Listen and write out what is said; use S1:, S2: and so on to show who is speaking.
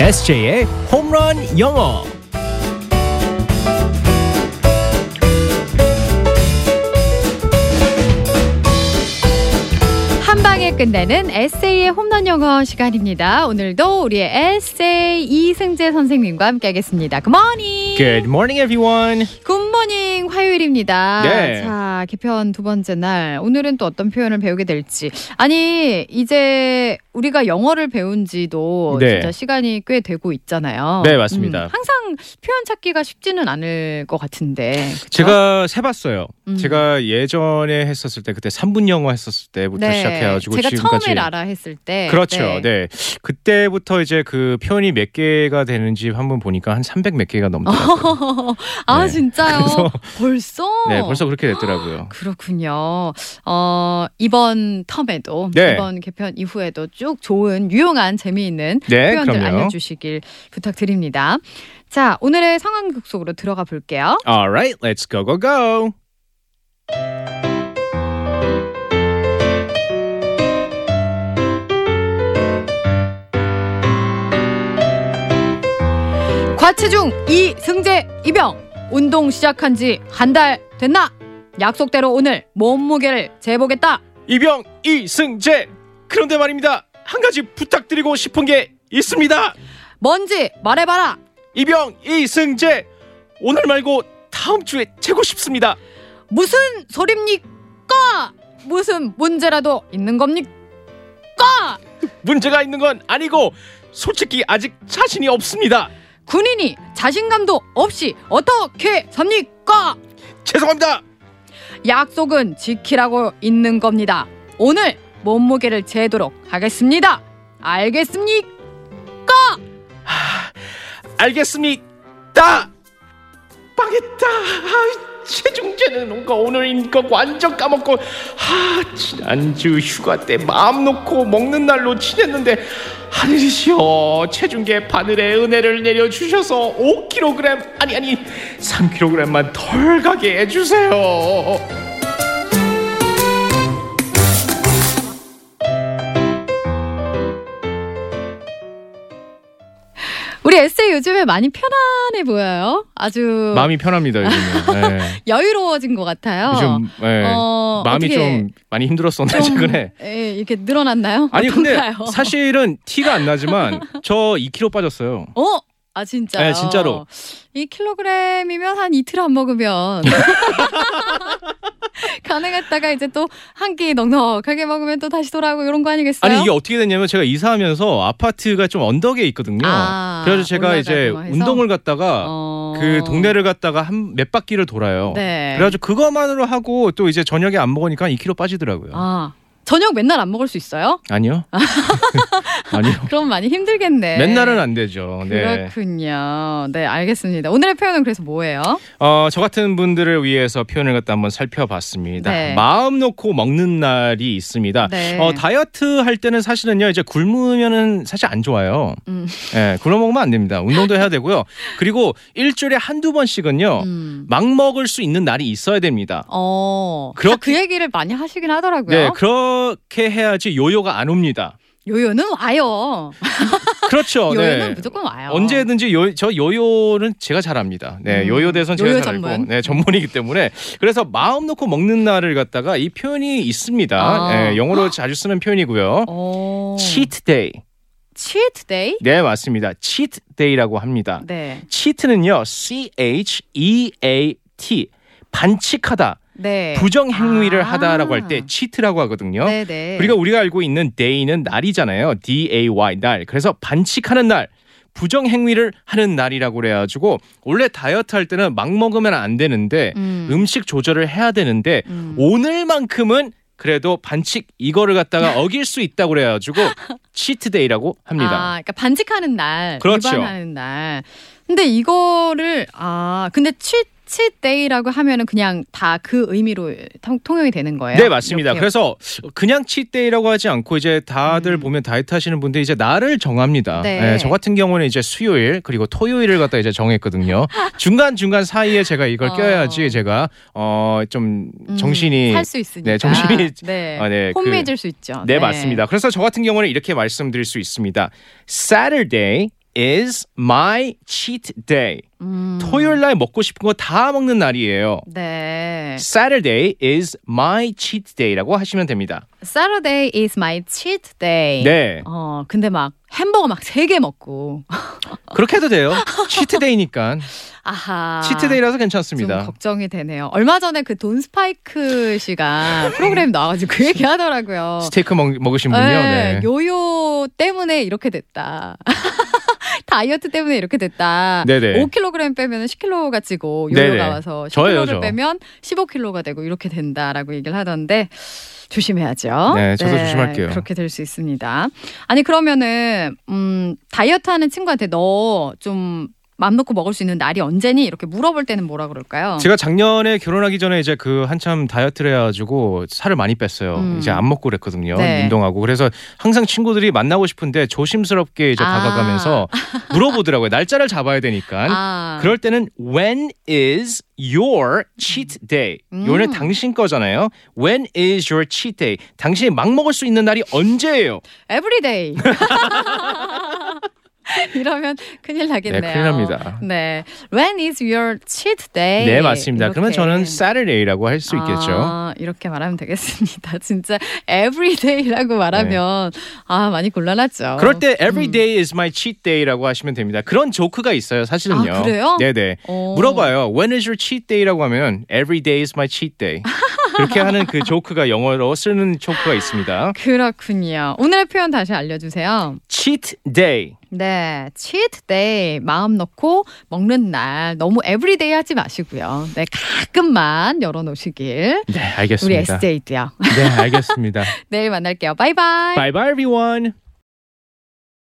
S1: SJ의 홈런 영어.
S2: 한 방에 끝내는 에세이의 홈런 영어 시간입니다. 오늘도 우리의 에세이 이승재 선생님과 함께하겠습니다. 굿모닝.
S1: Good morning, everyone.
S2: 굿모닝 화요일입니다.
S1: 네.
S2: 자 개편 두 번째 날 오늘은 또 어떤 표현을 배우게 될지 아니 이제 우리가 영어를 배운지도
S1: 네.
S2: 진짜 시간이 꽤 되고 있잖아요. 음,
S1: 네, 맞습니다.
S2: 항상 표현 찾기가 쉽지는 않을 것 같은데 그쵸?
S1: 제가 세봤어요.
S2: 음.
S1: 제가 예전에 했었을 때 그때 3분 영어 했었을 때부터
S2: 네.
S1: 시작해가지고
S2: 제가
S1: 지금까지.
S2: 처음에 알아 했을 때
S1: 그렇죠. 네. 그때부터 이제 그 표현이 몇 개가 되는지 한번 보니까 한 300 몇 개가 넘더라고요.
S2: 아
S1: 네.
S2: 진짜요?
S1: 그래서-
S2: 벌써?
S1: 네, 벌써 그렇게 됐더라고요.
S2: 그렇군요. 어, 이번 텀에도
S1: 네.
S2: 이번 개편 이후에도 쭉 좋은 유용한 재미있는
S1: 네,
S2: 표현들
S1: 그럼요.
S2: 알려주시길 부탁드립니다. 자, 오늘의 상황극 속으로 들어가 볼게요.
S1: Alright, let's go go go.
S2: 과체중 이승재 이병 운동 시작한 지 한 달 됐나? 약속대로 오늘 몸무게를 재보겠다.
S1: 이병 이승재. 그런데 말입니다. 한 가지 부탁드리고 싶은 게 있습니다.
S2: 뭔지 말해봐라.
S1: 이병 이승재 오늘 말고 다음 주에 재고 싶습니다.
S2: 무슨 소립니까? 무슨 문제라도 있는 겁니까?
S1: 문제가 있는 건 아니고 솔직히 아직 자신이 없습니다.
S2: 군인이 자신감도 없이 어떻게 삽니까?
S1: 죄송합니다.
S2: 약속은 지키라고 있는 겁니다. 오늘 몸무게를 재도록 하겠습니다. 알겠습니까?
S1: 알겠습니다. 망했다. 아, 체중 재는 온거 오늘인 거 완전 까먹고 아, 지난주 휴가 때 마음 놓고 먹는 날로 지냈는데 하늘이시여 체중계 바늘에 은혜를 내려주셔서 5kg 아니 아니 3kg만 덜 가게
S3: 어.
S1: 해주세요.
S2: 우리 에세이 요즘에 많이 편안해 보여요. 아주
S3: 마음이 편합니다 요즘에. 네.
S2: 여유로워진 것 같아요.
S3: 요즘 예,
S2: 어,
S3: 마음이
S2: 어떻게
S3: 좀 많이 힘들었었는데
S2: 좀,
S3: 최근에.
S2: 예, 이렇게 늘어났나요?
S3: 아니
S2: 어떤가요?
S3: 근데 사실은 티가 안 나지만 저 2kg 빠졌어요.
S2: 어? 아 진짜요?
S3: 네, 진짜로.
S2: 2kg이면 한 이틀 안 먹으면 가능했다가 이제 또 한 끼 넉넉하게 먹으면 또 다시 돌아오고 이런 거 아니겠어요?
S3: 아니 이게 어떻게 됐냐면 제가 이사하면서 아파트가 좀 언덕에 있거든요.
S2: 아,
S3: 그래서 제가 이제
S2: 올라가고 해서?
S3: 운동을 갔다가
S2: 어.
S3: 그 동네를 갔다가 한 몇 바퀴를 돌아요.
S2: 네.
S3: 그래가지고 그것만으로 하고 또 이제 저녁에 안 먹으니까 2kg 빠지더라고요.
S2: 아 저녁 맨날 안 먹을 수 있어요?
S3: 아. 니요 아니요.
S2: 그럼 많이 힘들겠네.
S3: 맨날은 안 되죠. 네.
S2: 그렇군요. 네 알겠습니다. 오늘의 표현은 그래서 뭐예요?
S3: 어, 저 같은 분들을 위해서 표현을 갖다 한번 살펴봤습니다.
S2: 네.
S3: 마음 놓고 먹는 날이 있습니다.
S2: 네.
S3: 어, 다이어트 할 때는 사실은요, 이제 굶으면은 사실 안 좋아요.
S2: 음.
S3: 예, 굶어 먹으면 안 됩니다. 운동도 해야 되고요. 그리고 일주일에 한두 번씩은요,
S2: 음.
S3: 막 먹을 수 있는 날이 있어야 됩니다.
S2: 어. 다
S3: 그렇게-
S2: 그 얘기를 많이 하시긴 하더라고요.
S3: 네, 그렇게 해야지 요요가 안 옵니다.
S2: 요요는 와요.
S3: 그렇죠.
S2: 요요는
S3: 네.
S2: 무조건 와요.
S3: 언제든지 요, 저 요요는 제가 잘 압니다. 네,
S2: 어. 음.
S3: 요요 대선 제가
S2: 요요
S3: 잘 알고,
S2: 전문.
S3: 네 전문이기 때문에 그래서 마음 놓고 먹는 날을 갖다가 이 표현이 있습니다.
S2: 아.
S3: 네, 영어로 자주 쓰는 표현이고요.
S2: 어.
S3: cheat day.
S2: cheat day?
S3: 네, 맞습니다. cheat day라고 합니다.
S2: 네.
S3: cheat는요, c h e a t 반칙하다,
S2: 네.
S3: 부정 행위를
S2: 아.
S3: 하다라고 할 때 cheat라고 하거든요.
S2: 네, 네.
S3: 우리가 우리가 알고 있는 day는 날이잖아요. D A Y 날. 그래서 반칙하는 날. 부정 행위를 하는 날이라고 그래 가지고 원래 다이어트 할 때는 막 먹으면 안 되는데
S2: 음.
S3: 음. 식 조절을 해야 되는데
S2: 음.
S3: 오늘만큼은 그래도 반칙 이거를 갖다가 어길 수 있다고 그래 가지고 치트 데이라고
S2: 아,
S3: 합니다.
S2: 그러니까 반칙하는 날,
S3: 그렇죠.
S2: 위반하는 날. 근데 이거를 아, 근데 치치 데이라고 하면은 그냥 다 그 의미로 통, 통용이 되는 거예요.
S3: 네 맞습니다.
S2: 이렇게.
S3: 그래서 그냥 치트데이라고 하지 않고 이제 다들
S2: 음.
S3: 보면 다이어트 하시는 분들 이제 날을 정합니다.
S2: 네.
S3: 예, 저 같은 경우는 이제 수요일 그리고 토요일을 갖다 이제 정했거든요. 중간 중간 사이에 제가 이걸
S2: 어.
S3: 껴야지 제가 어좀
S2: 음,
S3: 정신이
S2: 살수 있으니까.
S3: 네, 정신이-
S2: 네.
S3: 아, 네, 그-
S2: 혼미해질 수 있죠.
S3: 네, 맞습니다. 그래서 저 같은 경우는 이렇게 말씀드릴 수 있습니다. Saturday is my cheat day.
S2: 음,
S3: 토요일 날 먹고 싶은 거 다 먹는 날이에요.
S2: 네.
S3: Saturday is my cheat day라고 하시면 됩니다.
S2: Saturday is my cheat day.
S3: 네.
S2: 어, 근데 막 햄버거 막 세 개 먹고.
S3: 그렇게 해도 돼요. cheat day니까.
S2: 아하.
S3: cheat day라서
S2: 좀
S3: 괜찮습니다.
S2: 걱정이 되네요. 얼마 전에 그 돈 스파이크 씨가 프로그램 나와가지고 그 얘기 하더라고요.
S3: 스테이크 먹, 먹으신 분이요. 네.
S2: 예, 요요 때문에 이렇게 됐다. 다이어트 때문에 이렇게 됐다.
S3: 네네.
S2: 5kg 빼면 10kg가 찌고 요요가
S3: 네네.
S2: 와서
S3: 저예요,
S2: 10kg를
S3: 저.
S2: 빼면 15kg가 되고 이렇게 된다라고 얘기를 하던데 조심해야죠.
S3: 네, 저도 조심할게요.
S2: 그렇게 될 수 있습니다. 아니 그러면은 음, 다이어트 하는 친구한테 너 좀 맘 놓고 먹을 수 있는 날이 언제니 이렇게 물어볼 때는 뭐라 그럴까요?
S3: 제가 작년에 결혼하기 전에 이제 그 한참 다이어트를 해가지고 살을 많이 뺐어요.
S2: 음.
S3: 이제 안 먹고 그랬거든요.
S2: 네.
S3: 운동하고 그래서 항상 친구들이 만나고 싶은데 조심스럽게 이제
S2: 아.
S3: 다가가면서 물어보더라고요. 날짜를 잡아야 되니까.
S2: 아,
S3: 그럴 때는 when is your cheat day?
S2: 음.
S3: 요는 당신 거잖아요. When is your cheat day? 당신이 막 먹을 수 있는 날이 언제예요?
S2: 에브리데이. 이러면 큰일 나겠네요.
S3: 네, 큰일 납니다.
S2: 네. When is your cheat day?
S3: 네, 맞습니다. 그러면
S2: 예, 이렇게.
S3: 저는 Saturday라고 할 수 있겠죠.
S2: 아, 이렇게 말하면 되겠습니다. 진짜 everyday라고 말하면 아 많이 곤란하죠.
S3: 네. 그럴 때 every day is my cheat day라고 하시면 됩니다. 그런 조크가 있어요, 사실은요.
S2: 아, 그래요?
S3: 네네.
S2: 오.
S3: 물어봐요. When is your cheat day라고 하면 every day is my cheat day. 그렇게 하는 그 조크가 영어로 쓰는 조크가 있습니다.
S2: 그렇군요. 오늘의 표현 다시 알려주세요.
S3: cheat day.
S2: 네, cheat day 마음 넣고 먹는 날 너무 everyday 하지 마시고요. 네, 가끔만 열어놓으시길.
S3: 네,
S2: 우리
S3: 알겠습니다.
S2: SJ도요.
S3: 네, 알겠습니다.
S2: 내일 만날게요. 바이바이.
S3: bye bye everyone.